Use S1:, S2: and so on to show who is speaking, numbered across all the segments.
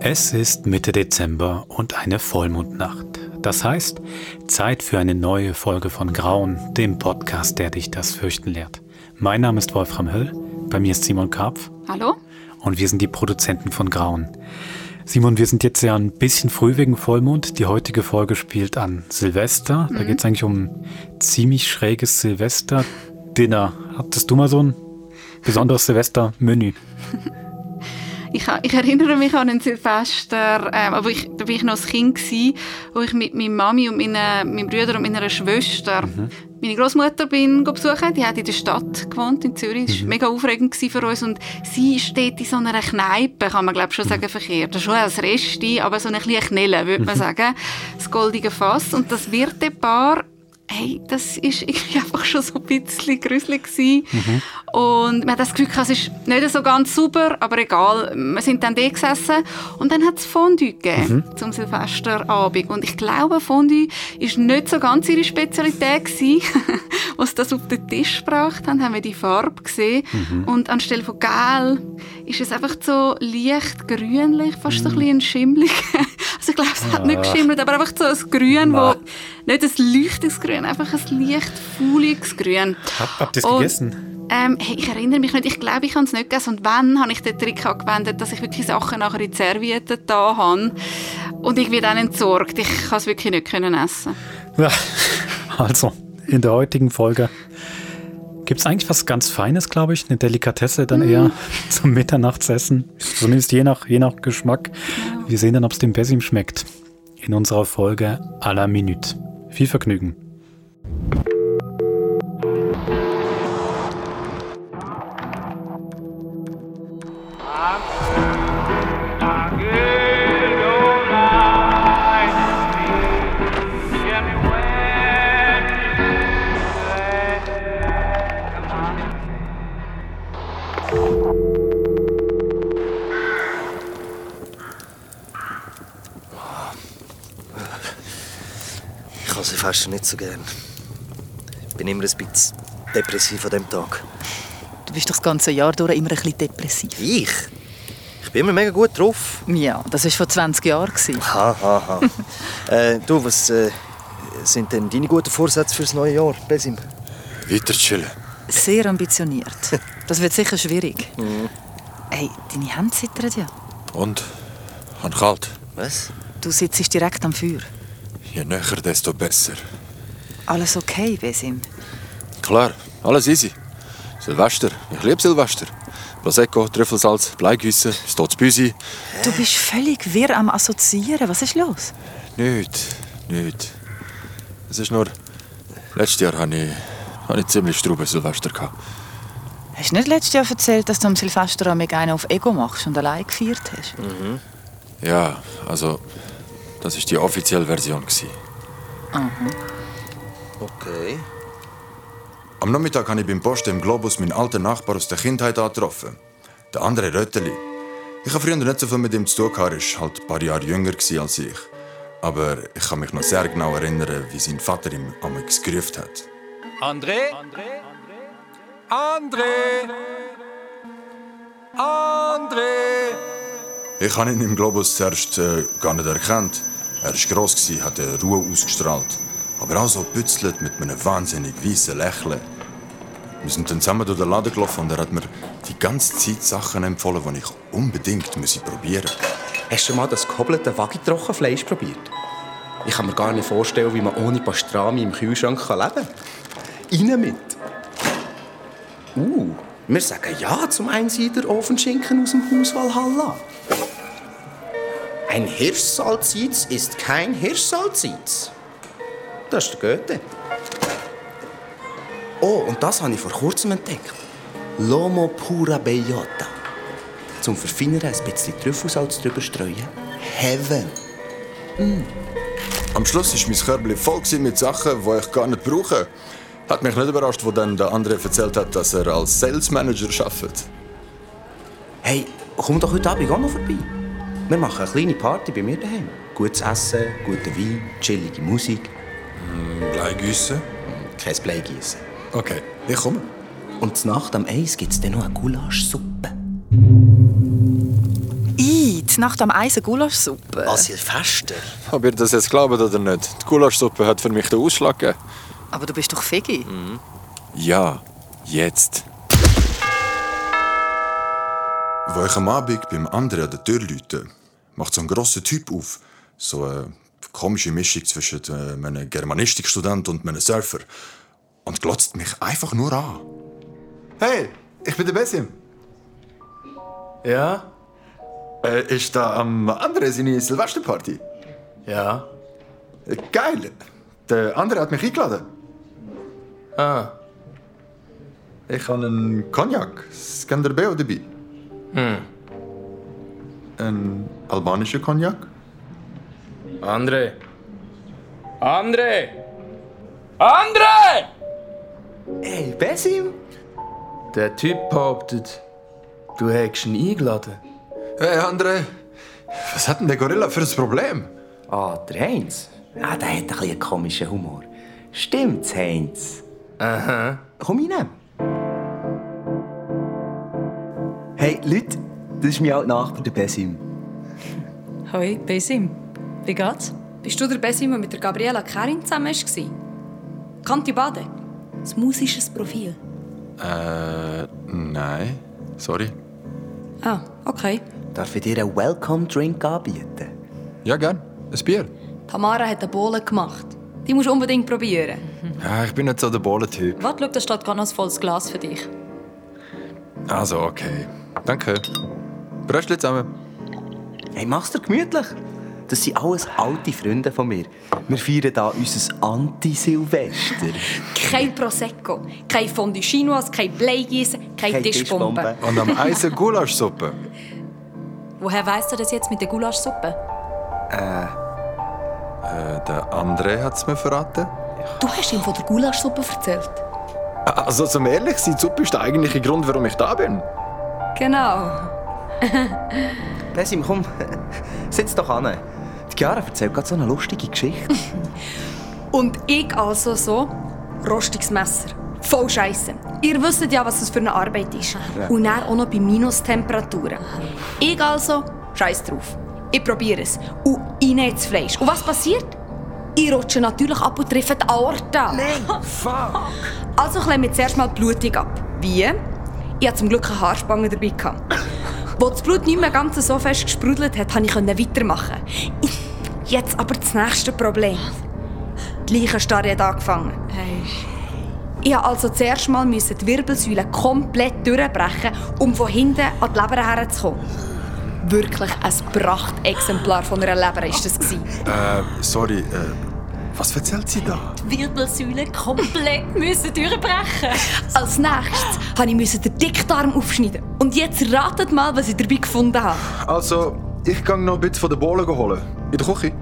S1: Es ist Mitte Dezember und eine Vollmondnacht. Das heißt, Zeit für eine neue Folge von Grauen, dem Podcast, der dich das Fürchten lehrt. Mein Name ist Wolfram Höll, bei mir ist Simon Karpf
S2: Hallo?
S1: und wir sind die Produzenten von Grauen. Simon, wir sind jetzt ja ein bisschen früh wegen Vollmond. Die heutige Folge spielt an Silvester. Da geht es eigentlich um ein ziemlich schräges Silvester-Dinner. Hattest du mal so ein besonderes Silvester-Menü?
S2: Ich, ha- ich erinnere mich an einen Silvester, ähm, aber ich, da war ich noch ein Kind, gewesen, wo ich mit meiner Mami und meiner, meinem Bruder und meiner Schwester meine Großmutter bin go besuchen. Die hat in der Stadt gewohnt, in Zürich. Das war mega aufregend gewesen für uns. Und sie steht in so einer Kneipe, kann man glaube schon sagen, verkehrt. Also Schon als Resti, aber so eine kleine Knelle, würde man sagen. Das goldige Fass. Und das Wirtepaar hey, das ist irgendwie einfach schon so ein bisschen gruselig gewesen. Und man hat das Gefühl, gehabt, es ist nicht so ganz super, aber egal. Wir sind dann da gesessen und dann hat es Fondue gegeben zum Silvesterabend. Und ich glaube, Fondue ist nicht so ganz ihre Spezialität gewesen. Als sie das auf den Tisch gebracht haben, haben wir die Farbe gesehen. Und anstelle von gel ist es einfach so leicht grünlich, fast so ein bisschen schimmelig. Also ich glaube, es hat nicht
S1: Ah.
S2: geschimmelt, aber einfach so ein Grün,
S1: Nein.
S2: wo nicht ein leuchtendes Grün, einfach ein leicht fauliges Grün.
S1: Hab, habt ihr es
S2: Und-
S1: gegessen?
S2: Ähm, hey, ich erinnere mich nicht, ich glaube, ich habe es nicht gegessen. Und wenn, habe ich den Trick angewendet, dass ich wirklich Sachen nachher in die Servietten da habe und irgendwie dann entsorgt. Ich kann es wirklich nicht können essen.
S1: Ja, also, in der heutigen Folge gibt es eigentlich was ganz Feines, glaube ich. Eine Delikatesse dann eher zum Mitternachtsessen. Zumindest je nach, je nach Geschmack. Wir sehen dann, ob es dem Pessim schmeckt. In unserer Folge à la Minute. Viel Vergnügen.
S3: Ich kann sie fast nicht so gern. Ich bin immer ein bisschen depressiv an diesem Tag.
S4: Du bist doch das ganze Jahr durch immer ein bisschen depressiv.
S3: Ich? Ich bin immer mega gut drauf.
S4: Ja, das war vor 20 Jahren. gewesen.
S3: Ha, ha, ha. äh, du, was äh, sind denn deine guten Vorsätze fürs neue Jahr, Besim?
S5: Weiter chillen.
S4: Sehr ambitioniert. Das wird sicher schwierig. Hey, deine Hände zittern ja.
S5: Und? An kalt.
S3: Was?
S4: Du sitzt direkt am Feuer.
S5: Je näher, desto besser.
S4: Alles okay, Besim?
S5: Klar, alles easy. Silvester, ich liebe Silvester. Prosecco, Trüffelsalz, Bleigüsse, Stotzbüsi.
S4: Du bist völlig wirr am Assoziieren. Was ist los?
S5: Nicht, nicht. Es ist nur, letztes Jahr hatte ich, hatte ich ziemlich strube Silvester. Gehabt.
S4: Hast du nicht letztes Jahr erzählt, dass du am Silvester amig einen auf Ego machst und allein gefeiert hast?
S5: Ja, also, das ist die offizielle Version. Gewesen.
S3: Okay.
S5: Am Nachmittag habe ich beim Posten im Globus meinen alten Nachbar aus der Kindheit angetroffen. Der andere Rötteli. Ich habe früher nicht so viel mit ihm zu tun gehabt, er war halt ein paar Jahre jünger gewesen als ich. Aber ich kann mich noch sehr genau erinnern, wie sein Vater ihm einmal gerufen hat.
S6: André? André? André?
S5: Ich habe ihn im Globus zuerst äh, gar nicht erkannt. Er war gross, gewesen, hat eine Ruhe ausgestrahlt. Aber auch so gebützelt mit einem wahnsinnig weißen Lächeln. Wir sind dann zusammen durch den Laden gelaufen und er hat mir die ganze Zeit Sachen empfohlen, die ich unbedingt müsse probieren musste.
S7: Hast du schon mal das gehobelte Wagitrochenfleisch probiert? Ich kann mir gar nicht vorstellen, wie man ohne Pastrami im Kühlschrank kann leben kann. Rein mit! Uh, wir sagen Ja zum Einsieder Ofenschinken aus dem Haus Valhalla. Ein Hirschsalzitz ist kein Hirschsalzitz. Das ist der Goethe. Oh, und das habe ich vor kurzem entdeckt. Lomo pura bellota. Zum Verfeinern ein bisschen Trüffelsalz drüber streuen. Heaven!
S5: Am Schluss war mein Körbchen voll gewesen mit Sachen, die ich gar nicht brauche. Hat mich nicht überrascht, wo dann der andere erzählt hat, dass er als Sales Manager arbeitet.
S7: Hey, komm doch heute Abend auch noch vorbei. Wir machen eine kleine Party bei mir daheim. Gutes Essen, guter Wein, chillige Musik,
S5: Bleigüsse?
S7: kein Bleigießen.
S5: Okay, ich komme.
S7: Und zur Nacht am Eis gibt es dann noch eine Gulaschsuppe.
S4: I, heute Nacht am Eisen Gulaschsuppe.
S8: Was ihr fester?
S9: Ob ihr das jetzt glaubt oder nicht, die Gulaschsuppe hat für mich den Ausschlag gegeben.
S4: Aber du bist doch Fegi.
S9: Ja, jetzt.
S5: Wo ich am Abend beim anderen an der Tür läute, macht so ein grosser Typ auf. So eine komische Mischung zwischen äh, einem Germanistikstudent und einem Surfer. Und glotzt mich einfach nur an.
S10: Hey, ich bin der Besim.
S7: Ja?
S10: Äh, ist da am anderen seine Silvesterparty?
S7: Ja.
S10: Äh, Geil. Der andere hat mich eingeladen.
S7: Ah.
S10: Ich habe einen Cognac, Skanderbeo dabei.
S7: Hm.
S10: Ein albanischer Cognac?
S7: André. André! André!
S10: Hey, Besim?
S7: Der Typ behauptet, du hättest ihn eingeladen.
S10: Hey, André. Was hat denn der Gorilla für ein Problem?
S11: Ah, der Heinz. Ah, der hat ein bisschen einen komischen Humor. Stimmt's, Heinz?
S7: Aha.
S11: Komm rein. Hey, Leute, das ist mein alter Nachbar, der Besim.
S12: Hoi, Besim. Wie geht's?
S13: Bist du der Besim, der mit der Gabriela Kering zusammen war? Kanti Bade.
S12: Das musisches Profil.
S5: Äh, nein. Sorry.
S12: Ah, okay.
S11: Darf ich dir einen Welcome-Drink anbieten?
S9: Ja, gern. Ein Bier.
S13: Tamara hat eine Bohle gemacht. Die musst du unbedingt probieren.
S9: Ja, ich bin nicht so der Bohlentyp.
S13: Warte, schau, da steht gerade noch ein volles Glas für dich.
S9: Also, okay. Danke. Bröstchen zusammen.
S11: Hey, mach's dir gemütlich. Das sind alles alte Freunde von mir. Wir feiern da unser Anti-Silvester.
S13: Kein Prosecco, kein Fondue Chinoise, kein Bleigießen, kein,
S11: Keine
S13: Tischbombe.
S11: Tischbombe.
S9: Und am Eisen Gulaschsuppe.
S12: Woher weißt du das jetzt mit der Gulaschsuppe?
S9: Äh, der André hat's mir verraten.
S12: Du hast ihm von der Gulaschsuppe erzählt.
S9: Also, zum ehrlich sein, die Suppe ist der eigentliche Grund, warum ich da bin.
S13: Genau.
S11: Besim, komm, sitz doch an. Die Chiara erzählt gerade so eine lustige Geschichte.
S13: Und ich also so, rostiges Messer. Voll Scheiße. Ihr wisst ja, was das für eine Arbeit ist. Und dann auch noch bei Minustemperaturen. Ich also, scheiß drauf. Ich probiere es. Und rein ins Fleisch. Und was passiert? Ich rutsche natürlich ab und treffe die Aorta. Nein, fuck! Also klemme ich zuerst mal blutig ab. Wie? Ich hatte zum Glück eine Haarspange dabei. Gehabt. Wo das Blut nicht mehr ganz so fest gesprudelt hat, konnte ich weitermachen. Jetzt aber das nächste Problem. Die Leichenstarre hat angefangen. Ich musste also zuerst mal müssen die Wirbelsäule komplett durchbrechen, um von hinten an die Leber herzukommen. Wirklich ein Prachtexemplar von einer Leber war das. gewesen.
S5: Äh, sorry, äh, was erzählt sie da?
S12: Die Wirbelsäule komplett müssen durchbrechen.
S13: Als nächstes musste ich müssen den Dickdarm aufschneiden. Und jetzt ratet mal, was ich dabei gefunden habe.
S5: Also, ich gang noch ein bisschen von der Bohle holen. In der Küche.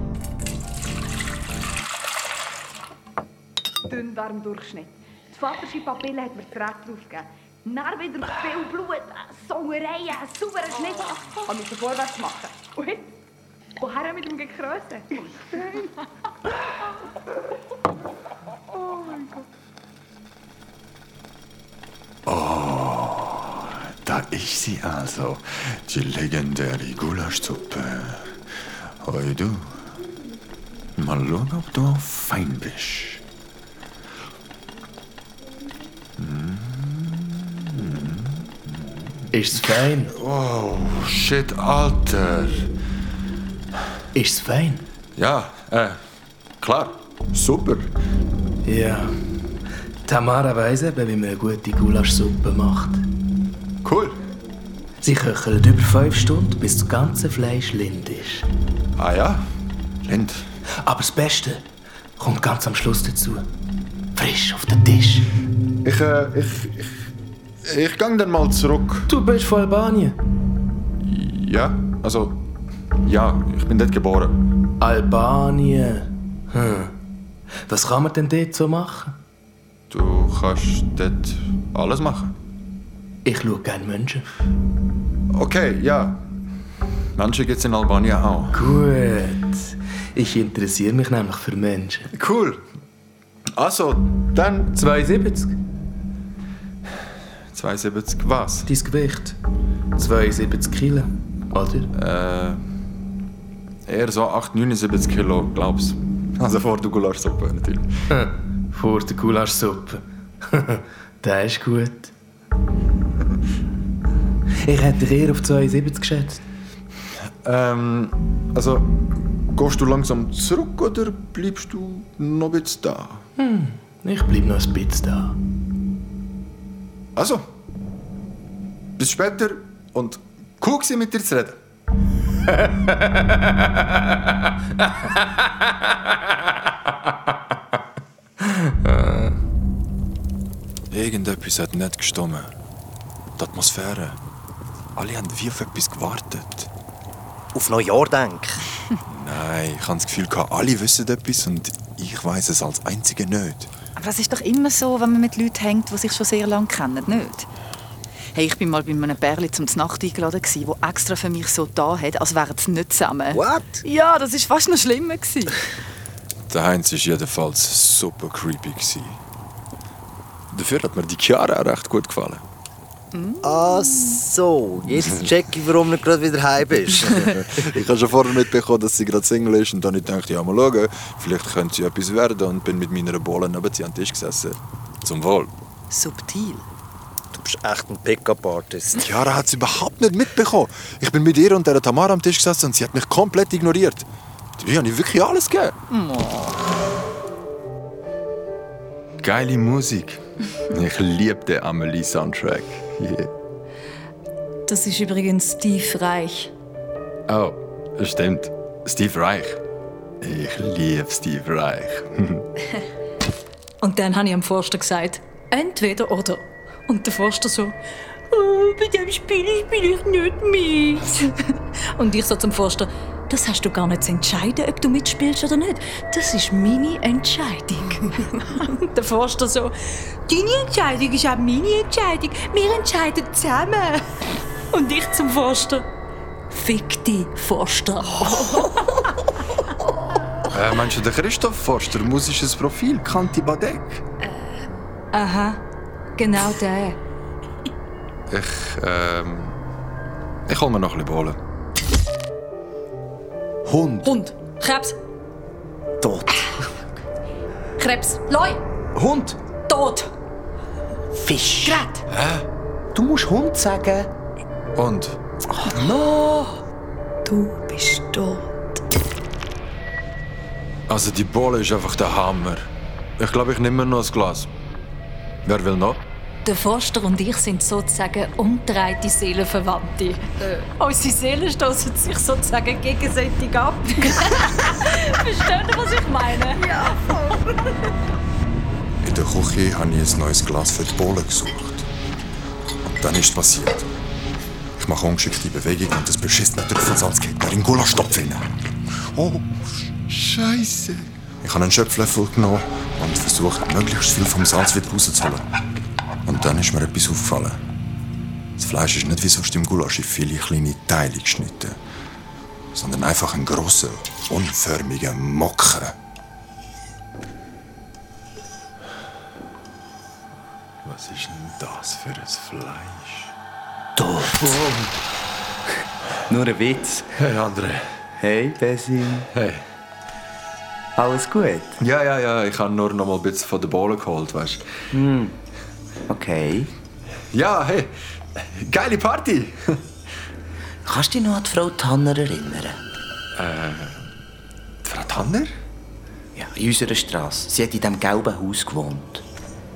S13: Dünndarmdurchschnitt. Die vatersche Papille hat mir die Träte draufgegeben. Dann wieder viel Blut, äh, Sauereien, sauberer Schnitt. Ich musste vorwärts machen. Und jetzt? Woher mit dem Gekröse?
S5: Da ist sie also. Die legendäre Gulaschsuppe. Hoi du. Mal schauen, ob du fein bist.
S7: Ist's fein?
S5: Oh, shit, Alter.
S7: Ist's fein?
S5: Ja, äh, klar. Super.
S7: Ja. Tamara weiss eben, wie man eine gute Gulaschsuppe macht.
S5: Cool.
S7: Sie köchelt über fünf Stunden, bis das ganze Fleisch lind ist.
S5: Ah ja? Lind.
S7: Aber das Beste kommt ganz am Schluss dazu. Frisch auf den Tisch.
S5: Ich, äh, ich, ich, ich gang dann mal zurück.
S7: Du bist von Albanien.
S5: Ja, also, ja, ich bin dort geboren.
S7: Albanien. Hm. Was kann man denn dort so machen?
S5: Du kannst dort alles machen.
S7: Ich schaue gerne Menschen.
S5: Okay, ja. Menschen gibt's in Albanien auch.
S7: Gut. Ich interessiere mich nämlich für Menschen.
S5: Cool. Also, dann
S7: 72.
S5: 72 was?
S7: Dein Gewicht? 72 Kilo.
S5: Oder? Äh, eher so 8, 79 Kilo, glaub's. Also vor der Gulaschsuppe natürlich.
S7: Vor der Gulaschsuppe. der ist gut. Ich hätte dich eher auf 72 geschätzt.
S5: Ähm, also, gehst du langsam zurück oder bleibst du noch ein bisschen da?
S7: Hm, ich bleib noch ein bisschen da.
S5: Also, bis später und cool gewesen, mit dir zu reden.
S14: Irgendetwas hat nicht gestimmt. Die Atmosphäre. Alle haben wie auf etwas gewartet.
S15: Auf Neujahr denk.
S14: Nein, ich habe das Gefühl, gehabt, alle wissen etwas und ich weiß es als Einzige nicht.
S4: Aber das ist doch immer so, wenn man mit Leuten hängt, die sich schon sehr lange kennen, nicht? Hey, ich bin mal bei einem Bärli zum Znacht eingeladen, gewesen, wo extra für mich so da hat, als wären sie nicht zusammen.
S15: What?
S4: Ja, das ist fast noch schlimmer. Gewesen.
S14: Der Heinz war jedenfalls super creepy. Gewesen. Dafür hat mir die Chiara auch recht gut gefallen.
S15: Ah so, jetzt check ich, warum du gerade wieder heim bist.
S14: ich habe schon vorher mitbekommen, dass sie gerade Single ist und dann ich dachte, ja mal schauen, vielleicht könnte sie etwas werden und bin mit meiner Bohle neben sie am Tisch gesessen. Zum Wohl.
S4: Subtil.
S15: Du bist echt ein Pickup-Artist.
S14: Chiara hat es überhaupt nicht mitbekommen. Ich bin mit ihr und der Tamara am Tisch gesessen und sie hat mich komplett ignoriert. Die habe ich wirklich alles gegeben.
S5: Geile Musik. Ich liebe den Amelie-Soundtrack. Yeah.
S13: Das ist übrigens Steve Reich.
S5: Oh, stimmt. Steve Reich. Ich liebe Steve Reich.
S13: Und dann habe ich am Forster gesagt, entweder oder. Und der Forster so, oh, bei dem Spiel spiele ich nicht mit. Und ich so zum Forster, das hast du gar nicht zu entscheiden, ob du mitspielst oder nicht. Das ist meine Entscheidung. Und der Forster so, deine Entscheidung ist auch meine Entscheidung. Wir entscheiden zusammen. Und ich zum Forster, fick dich, Forster.
S5: Äh, meinst du den Christoph Forster, musisches Profil, Kanti Badek?
S13: Aha, genau der.
S5: Ich, ähm... Ich hol mir noch ein bisschen Bohlen. Hund.
S13: Hund. Krebs.
S15: Tot.
S16: Ah,
S13: Krebs. Leu.
S17: Hund.
S13: Tot.
S15: Fisch.
S13: Grat.
S17: Hä? Du musst Hund sagen.
S5: Und?
S17: No!
S4: Du bist tot.
S5: Also die Bohle ist einfach der Hammer. Ich glaube, ich nehme noch ein Glas. Wer will noch?
S13: Der Forster und ich sind sozusagen umdrehte Seelenverwandte.
S16: Äh.
S13: Unsere Seelen stoßen sich sozusagen gegenseitig ab. Versteht ihr, was ich meine? Ja,
S5: In der Küche habe ich ein neues Glas für die Bohle gesucht. Und dann ist es passiert. Ich mache ungeschickte Bewegungen und das beschissene Trüffelsalz geht mir in den Gulaschtopf hinein. Oh, Scheiße. Ich habe einen Schöpflöffel genommen und versucht, möglichst viel vom Salz wieder rauszuholen. Und dann ist mir etwas aufgefallen. Das Fleisch ist nicht wie sonst im Gulasch in viele kleine Teile geschnitten, sondern einfach ein grosser, unförmiger Mocken.
S14: Was ist denn das für ein Fleisch?
S17: Nur ein Witz.
S5: Hey, André.
S17: Hey, Besin.
S5: Hey.
S17: Alles gut?
S5: Ja, ja, ja, ich habe nur noch mal ein bisschen von der Bohle geholt, weißt
S17: Hm. Okay.
S5: Ja, hey, geile Party!
S17: Kannst du dich noch an die Frau Tanner erinnern?
S5: Äh, die Frau Tanner?
S17: Ja, in unserer Straße. Sie hat in diesem gelben Haus gewohnt.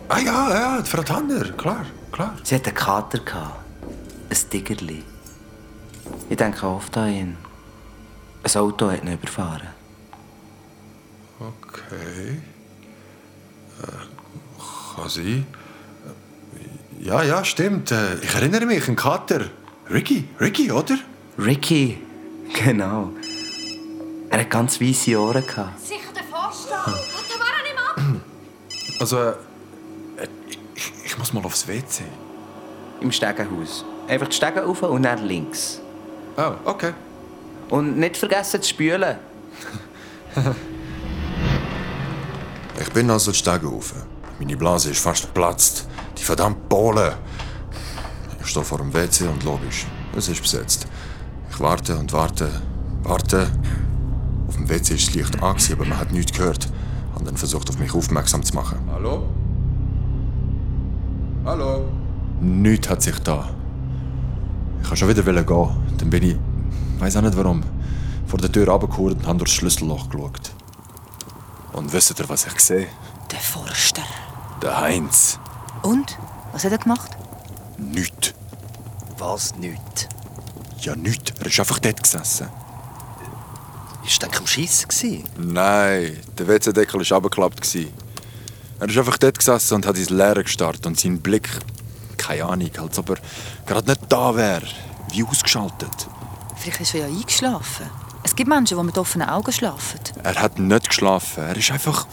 S5: Ah ja, ja, die Frau Tanner, klar, klar.
S17: Sie hatte einen Kater. Gehabt. Ein Tigerli. Ich denke oft an ihn. Ein Auto hat ihn überfahren.
S5: Okay. Äh, kann sein. Ja, ja, stimmt. Äh, Ich erinnere mich, ein Kater. Ricky, Ricky, oder?
S17: Ricky. Genau. Er hat ganz weisse Ohren. Gehabt.
S18: Sicher der Forster. Und da war er nicht ab.
S5: Also, äh, ich, ich muss mal aufs WC.
S17: Im Stegenhaus. Einfach die Stegen rauf und dann links.
S5: Oh, okay.
S17: Und nicht vergessen zu spülen.
S5: Ich bin also die Stege rauf. Meine Blase ist fast geplatzt. Die verdammte Bohle. Ich stehe vor dem WC und logisch, es ist besetzt. Ich Ich warte und warte, warte. Auf dem WC ist das Licht an, gewesen, aber man hat nichts gehört. Hat dann versucht, auf mich aufmerksam zu machen. Hallo? Hallo? Nichts hat sich da. Ich wollte schon wieder gehen. Dann bin ich, weiß auch nicht warum, vor der Tür runtergehauen und habe durchs Schlüsselloch geschaut. Und wisst ihr, was ich sehe?
S4: Der Forster.
S5: Der Heinz.
S4: Und? Was hat er gemacht?
S5: Nichts.
S3: Was nicht?
S5: Ja, nichts. Er ist einfach dort gesessen.
S3: Ist denk am Schiessen gewesen?
S5: Nein, der WC-Deckel war abgeklappt. gewesen. Er ist einfach dort gesessen und hat ins Leere gestarrt und sein Blick, keine Ahnung, als ob er gerade nicht da wäre, wie ausgeschaltet.
S4: Vielleicht ist er ja eingeschlafen. Es gibt Menschen, die mit offenen Augen schlafen.
S5: Er hat nicht geschlafen, er ist einfach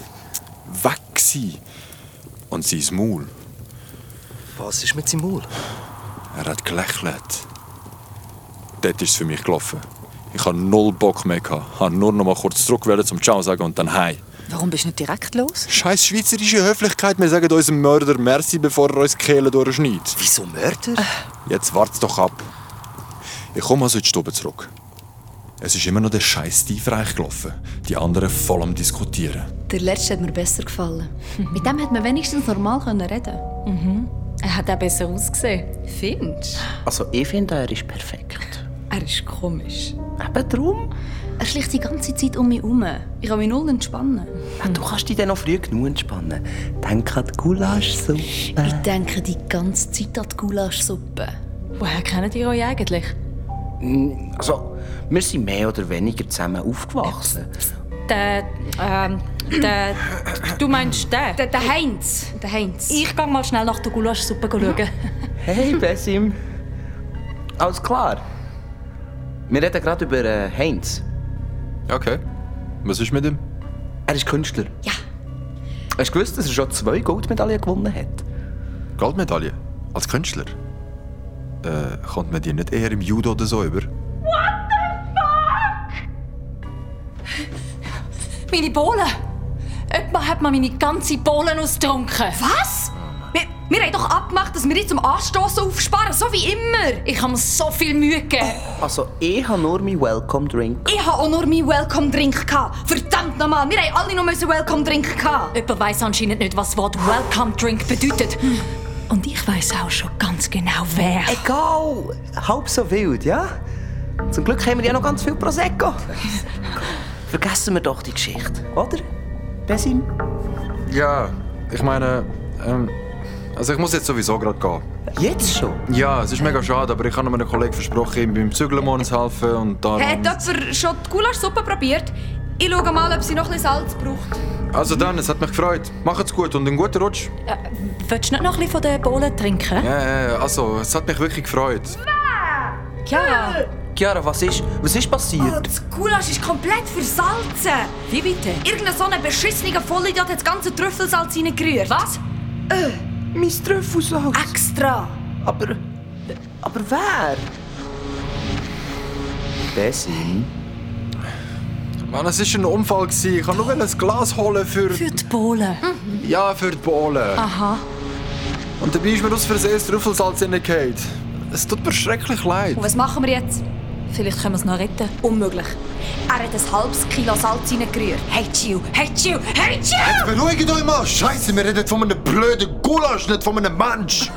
S5: weg gewesen. Und sein Maul,
S3: Was ist mit seinem Maul?
S5: er hat gelächelt. Dort ist es für mich gelaufen. Ich hatte null Bock mehr, gehabt. habe nur noch mal kurz zurück wollen, zum Ciao sagen und dann heim.
S4: Warum bist du nicht direkt los?
S5: Scheiß schweizerische Höflichkeit, wir sagen unserem Mörder Merci, bevor er uns die Kehle durchschneidet.
S3: Wieso Mörder?
S5: Jetzt wart's doch ab. Ich komme also in die Stube zurück. Es ist immer noch der scheiß Steve Reich gelaufen. Die anderen voll am Diskutieren.
S16: Der letzte hat mir besser gefallen. Mit dem hat man wenigstens normal können reden.
S13: Mhm.
S16: Er hat auch besser ausgesehen. Findest
S17: Also ich finde, er ist perfekt.
S16: Er ist komisch.
S17: Eben drum.
S16: Er schleicht die ganze Zeit um mich herum. Ich kann mich null entspannen.
S17: Du kannst dich dann noch früh genug entspannen. Denk an die Gulaschsuppe.
S16: Ich denke die ganze Zeit an die Gulaschsuppe. Woher kennt ihr euch eigentlich?
S17: Mm, Also, wir sind mehr oder weniger zusammen aufgewachsen.
S13: Der, ähm, der, du meinst den? Der,
S19: Heinz. Der Heinz.
S13: Ich gehe mal schnell nach der Gulaschsuppe schauen.
S17: Hey, Besim. Alles klar. Wir reden gerade über äh, Heinz.
S5: Okay. Was ist mit ihm?
S17: Er ist Künstler. Ja. Hast du gewusst, dass er schon zwei Goldmedaillen gewonnen hat?
S5: Goldmedaille? Als Künstler? Äh, kommt man die nicht eher im Judo oder so über?
S13: Meine Bohlen! Jemand hat mir meine ganze Bohlen ausgetrunken.
S19: Was? Wir, wir haben doch abgemacht, dass wir jetzt zum Anstoßen aufsparen, so wie immer.
S13: Ich habe mir so viel Mühe gegeben.
S17: Also, ich habe nur meinen Welcome Drink.
S19: Ich habe auch nur meinen Welcome Drink gehabt. Verdammt nochmal, wir haben alle noch einen Welcome Drink gehabt.
S13: Jemand weiss anscheinend nicht, was das Wort Welcome Drink bedeutet.
S19: Hm.
S13: Und ich weiss auch schon ganz genau, wer.
S17: Egal! Halb so wild, ja? Zum Glück haben wir ja noch ganz viel Prosecco. Vergessen wir doch die Geschichte, oder? Besim?
S5: Ja, ich meine, ähm, also ich muss jetzt sowieso gerade gehen.
S17: Jetzt schon?
S5: Ja, es ist mega schade, aber ich habe meinem Kollegen versprochen, ihm beim Zügeln morgens helfen und darum...
S19: Hat jemand schon die Gulaschsuppe probiert? Ich schaue mal, ob sie noch ein bisschen Salz braucht.
S5: Also dann, es hat mich gefreut. Macht's gut und einen guten Rutsch.
S13: Willst du nicht noch ein bisschen von den Bohlen trinken?
S5: Ja, ja, ja, also, es hat mich wirklich gefreut.
S13: Ja.
S17: Chiara, was ist, was ist
S19: Oh,
S17: passiert?
S19: das Gulasch ist komplett versalzen.
S13: Wie bitte?
S19: Irgendein so ein beschissener Vollidiot hat das ganze Trüffelsalz reingerührt. Was?
S17: Äh, mein Trüffelsalz.
S19: Extra.
S17: Aber. Aber wer? Besim?
S5: Mann, es war ein Unfall. gewesen. Ich wollte nur ein Glas holen für...
S13: Für die Bohlen.
S5: Ja, für die Bohlen.
S13: Aha.
S5: Und dabei ist mir aus Versehen das Trüffelsalz reingefallen. Es tut mir schrecklich leid.
S19: Und was machen wir jetzt?
S13: Vielleicht können wir es noch retten.
S19: Unmöglich. Er hat ein halbes Kilo Salz reingerührt. Hey, chill, hey, chill, hey, chill!
S20: Jetzt beruhigt euch mal! Scheiße, wir reden von einem blöden Gulasch, nicht von einem Mensch!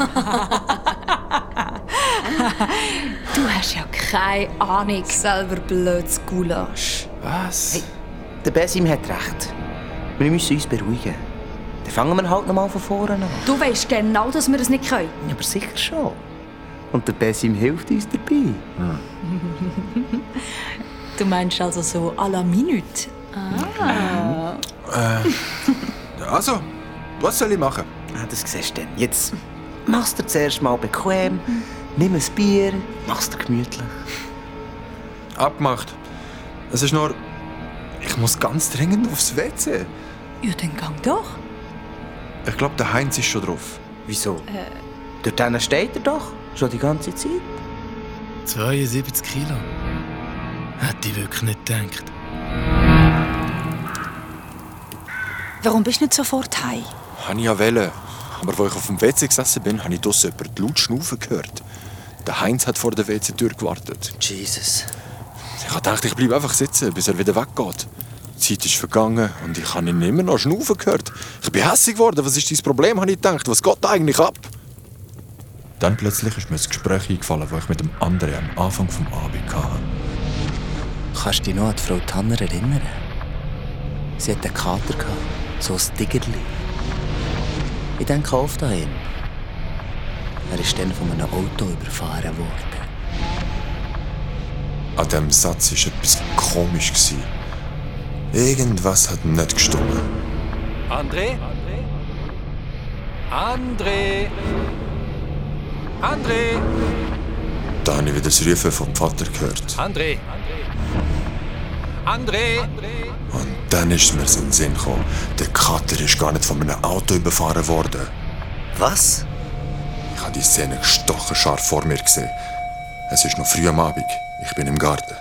S13: Du hast ja keine Ahnung. Selber blödes Gulasch.
S17: Was? Hey, der Besim hat recht. Wir müssen uns beruhigen. Dann fangen wir halt nochmal von vorne an.
S19: Du weißt genau, dass wir es nicht können.
S17: Ja, aber sicher schon. Und der Besim hilft uns dabei.
S13: Du meinst also so à la minute? Ah.
S5: Äh, also, was soll ich machen?
S17: Ah, das siehst du dann. Jetzt machst du dir zuerst mal bequem, nimm ein Bier, machst dir gemütlich.
S5: Abgemacht. Es ist nur... Ich muss ganz dringend aufs WC.
S13: Ja, dann gang doch.
S5: Ich glaube, der Heinz ist schon drauf.
S17: Wieso? Dort hinten steht er doch, schon die ganze Zeit.
S21: 72 Kilo. Hätte ich wirklich nicht gedacht.
S4: Warum bist du nicht sofort heim?
S5: Habe ich ja wollen. Aber als ich auf dem WC gesessen bin, habe ich draussen jemanden laut schnaufen gehört. Der Heinz hat vor der WC-Tür gewartet.
S22: Jesus.
S5: Ich habe gedacht, ich bleibe einfach sitzen, bis er wieder weggeht. Die Zeit ist vergangen und ich habe ihn immer noch schnaufen gehört. Ich bin hässlich geworden. Was ist dein Problem, habe ich gedacht. Was geht da eigentlich ab?
S23: Dann plötzlich ist mir ein Gespräch eingefallen, das ich mit dem anderen am Anfang vom Abend hatte.
S17: Kannst du dich noch an die Frau Tanner erinnern? Sie hatte einen Kater, gehabt, so ein Diggerli. Ich denke oft an ihn. Er ist dann von einem Auto überfahren worden.
S23: An diesem Satz war etwas komisch. gewesen. Irgendwas hat nicht gestimmt.
S24: André? André? André?
S23: Da habe ich wieder das Rufen vom Vater gehört.
S24: André? André?
S23: Dann ist mir in den Sinn gekommen, der Kater ist gar nicht von einem Auto überfahren worden.
S22: Was?
S23: Ich habe die Szene gestochen scharf vor mir gesehen. Es ist noch früh am Abend. Ich bin im Garten.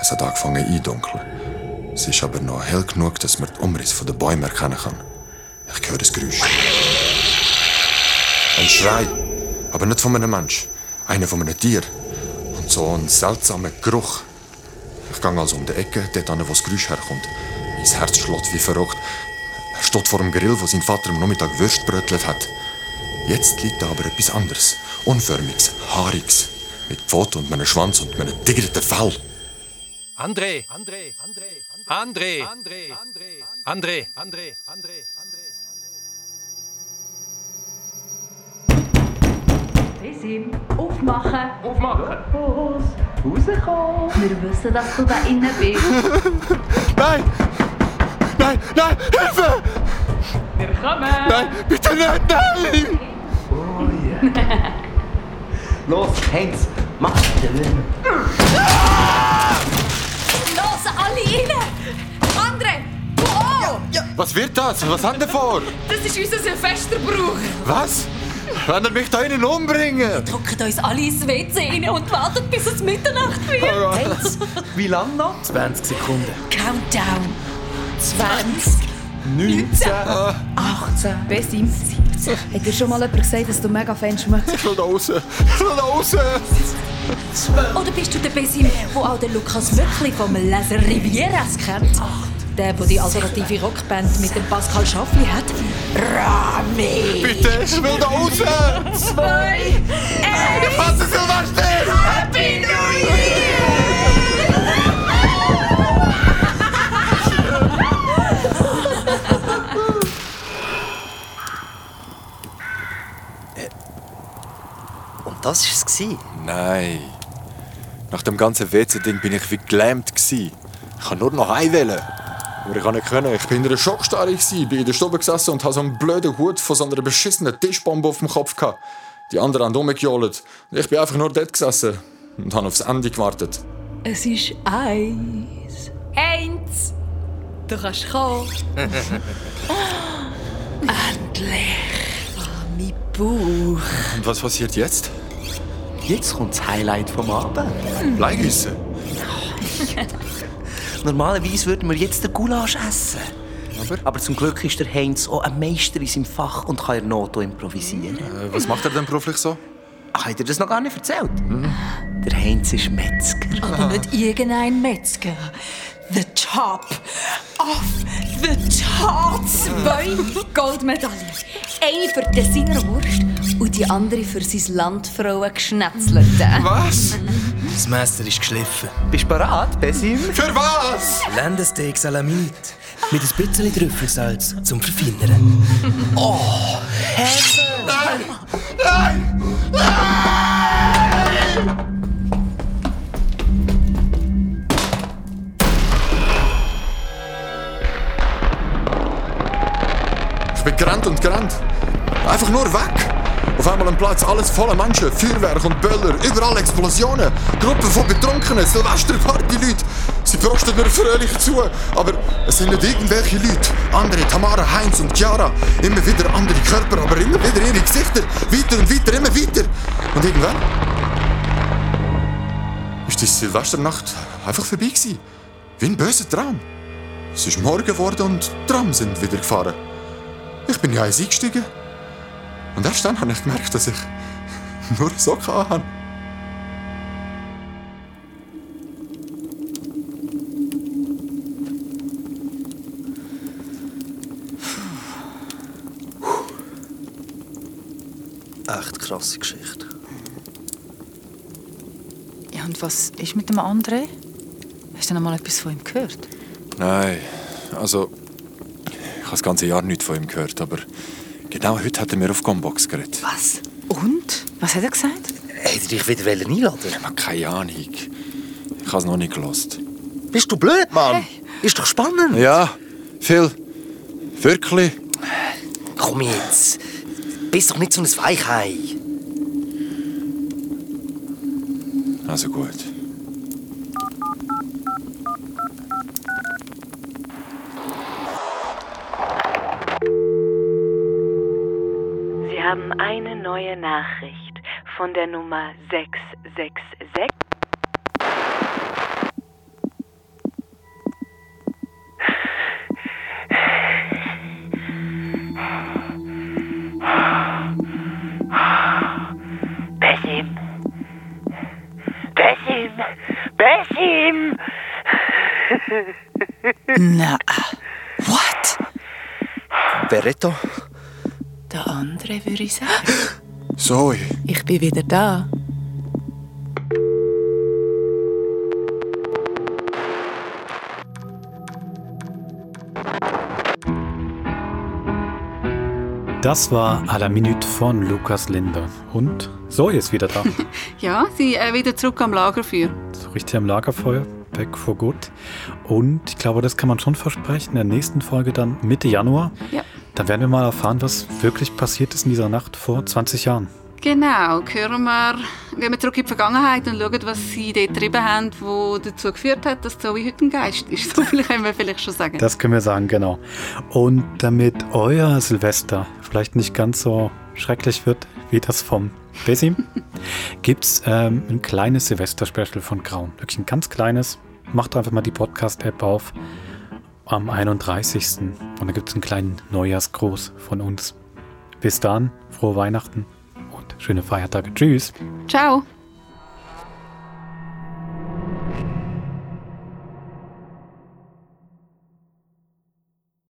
S23: Es hat angefangen eindunkeln. Es ist aber noch hell genug, dass man den Umriss der Bäume erkennen kann. Ich höre das Geräusch. Ein Schrei. Aber nicht von einem Mensch. Einer von einem Tier. Und so ein seltsamer Geruch. Ich gehe also um die Ecke, dort an, wo das Geräusch herkommt. Mein Herz schlägt wie verrückt. Er steht vor dem Grill, wo sein Vater am Nachmittag Würst brötelt hat. Jetzt liegt da aber etwas anderes. Unförmiges, haariges. Mit Pfoten und einem Schwanz und einem tigerten Fell.
S24: André? André? André? André? André? André? André?
S25: Sesim, aufmachen. Aufmachen. Los.
S17: Rausgekommen!
S25: Wir wissen, dass du da innen bist.
S26: Nein! Nein, nein, Hilfe!
S25: Wir kommen.
S26: Nein, bitte nicht, nein!
S17: Los, Heinz, mach den
S25: Los, alle innen. André, du auch.
S5: Was wird das? Was hat er vor?
S25: Das ist unser Silvesterbrauch.
S5: Was? Wenn er mich da innen umbringen?
S13: Drückt uns alle ins WC rein und wartet, bis es Mitternacht
S5: Oh
S13: wird.
S5: Gott.
S17: Wie lange noch?
S7: 20 Sekunden.
S13: Countdown. 20.
S7: 19.
S5: Äh,
S27: 18. Besim. Hat dir schon mal jemand gesagt, dass du mega Fan schmeckst?
S5: Ich will da raus. Ich will da raus.
S13: Oder bist du der Besim, wo auch der Lukas wirklich vom Laser Rivieras kennt? Der, der die alternative Rockband mit dem Pascal Schaffli hat? Rami!
S25: Bitte, ich will da raus. Zwei, eins. Ich hasse Silvester. Happy New Year.
S22: Und das war es.
S5: Nein. Nach dem ganzen WC-Ding bin ich wie gelähmt. Gewesen. Ich kann nur noch einwählen. Aber ich kann nicht können. Ich bin in einer Schockstarre, gewesen, bin in der Stube gesessen und habe so einen blöden Hut von so einer beschissenen Tischbombe auf dem Kopf gehabt. Die anderen haben rumgejohlt. Und Ich bin einfach nur dort gesessen und habe aufs Ende gewartet.
S13: Es ist eins. Eins. Du kannst kommen. Endlich.
S17: Mein Bauch.
S5: Und was passiert jetzt?
S17: Jetzt kommt das Highlight vom Abend.
S5: Bleigüsse.
S17: Normalerweise würden wir jetzt den Gulasch essen. Aber? zum Glück ist der Heinz auch ein Meister in seinem Fach und kann in der Not auch improvisieren.
S3: Äh,
S5: was macht er denn beruflich so?
S17: Ach, hat er das noch gar nicht erzählt? Der Heinz ist Metzger.
S13: Aber nicht irgendein Metzger. The Top of the Charts.
S27: Zwei Goldmedaillen. Eine für die seiner Wurst und die andere für sein Landfrauengeschnetzelte.
S5: Was?
S7: Das Messer ist geschliffen.
S17: Oh. Bist du bereit, Besim?
S5: Für was?
S7: Landesteak Salamit. Mit ein bisschen Trüffelsalz zum Verfeinern.
S25: Oh, Heaven! Nein! Nein!
S5: Ich bin gerannt und gerannt. Einfach nur weg. Auf einmal am Platz alles voller Menschen, Feuerwerk und Böller, überall Explosionen, Gruppen von Betrunkenen, Silvesterparty-Leute. Sie prosten mir fröhlich zu, aber es sind nicht irgendwelche Leute. Andere, Tamara, Heinz und Chiara. Immer wieder andere Körper, aber immer wieder ihre Gesichter. Weiter und weiter, immer weiter. Und irgendwann ist die Silvesternacht einfach vorbei gewesen. Wie ein böser Traum. Es ist morgen geworden und die Trams sind wieder gefahren. Ich bin ja eins eingestiegen. Und erst dann habe ich gemerkt, dass ich nur so habe.
S3: echt krasse Geschichte.
S4: Ja, und was ist mit dem André? Hast du noch mal etwas von ihm gehört?
S5: Nein, also ich habe das ganze Jahr nichts von ihm gehört, aber genau heute hat er mir auf Gombox geredet.
S4: Was? Und? Was hat er gesagt?
S5: Hätte dich wieder einladen Ich habe keine Ahnung. Ich habe es noch nicht gelost.
S3: Bist du blöd, Mann? Ist doch spannend.
S5: Ja, Phil. Wirklich?
S3: Komm jetzt. Bist doch nicht so ein Weichei.
S5: Also gut.
S28: Sie haben eine neue Nachricht von der Nummer 666.
S29: Besim! Besim! Besim!
S4: Na, ah, what?
S3: Beretto?
S30: Der andere würde ich sagen.
S5: Zoe.
S30: Ich bin wieder da.
S1: Das war à la minute von Lukas Linde. Und Zoe ist wieder da.
S2: Ja, sie äh, wieder zurück am Lagerfeuer.
S1: so richtig am Lagerfeuer. Back for good. Und ich glaube, das kann man schon versprechen. In der nächsten Folge dann Mitte Januar.
S2: Ja.
S1: Dann werden wir mal erfahren, was wirklich passiert ist in dieser Nacht vor 20 Jahren.
S2: Genau, hören wir, gehen wir zurück in die Vergangenheit und schauen, was sie dort getrieben haben, was dazu geführt hat, dass Zoe heute ein Geist ist. So viel können wir vielleicht schon sagen.
S1: Das können wir sagen, genau. Und damit euer Silvester vielleicht nicht ganz so schrecklich wird wie das vom Besim, gibt es ähm, ein kleines Silvester-Special von Grauen. Wirklich ein ganz kleines. Macht einfach mal die Podcast-App auf am 31. Und da gibt es einen kleinen Neujahrsgruß von uns. Bis dann, frohe Weihnachten und schöne Feiertage. Tschüss.
S2: Ciao.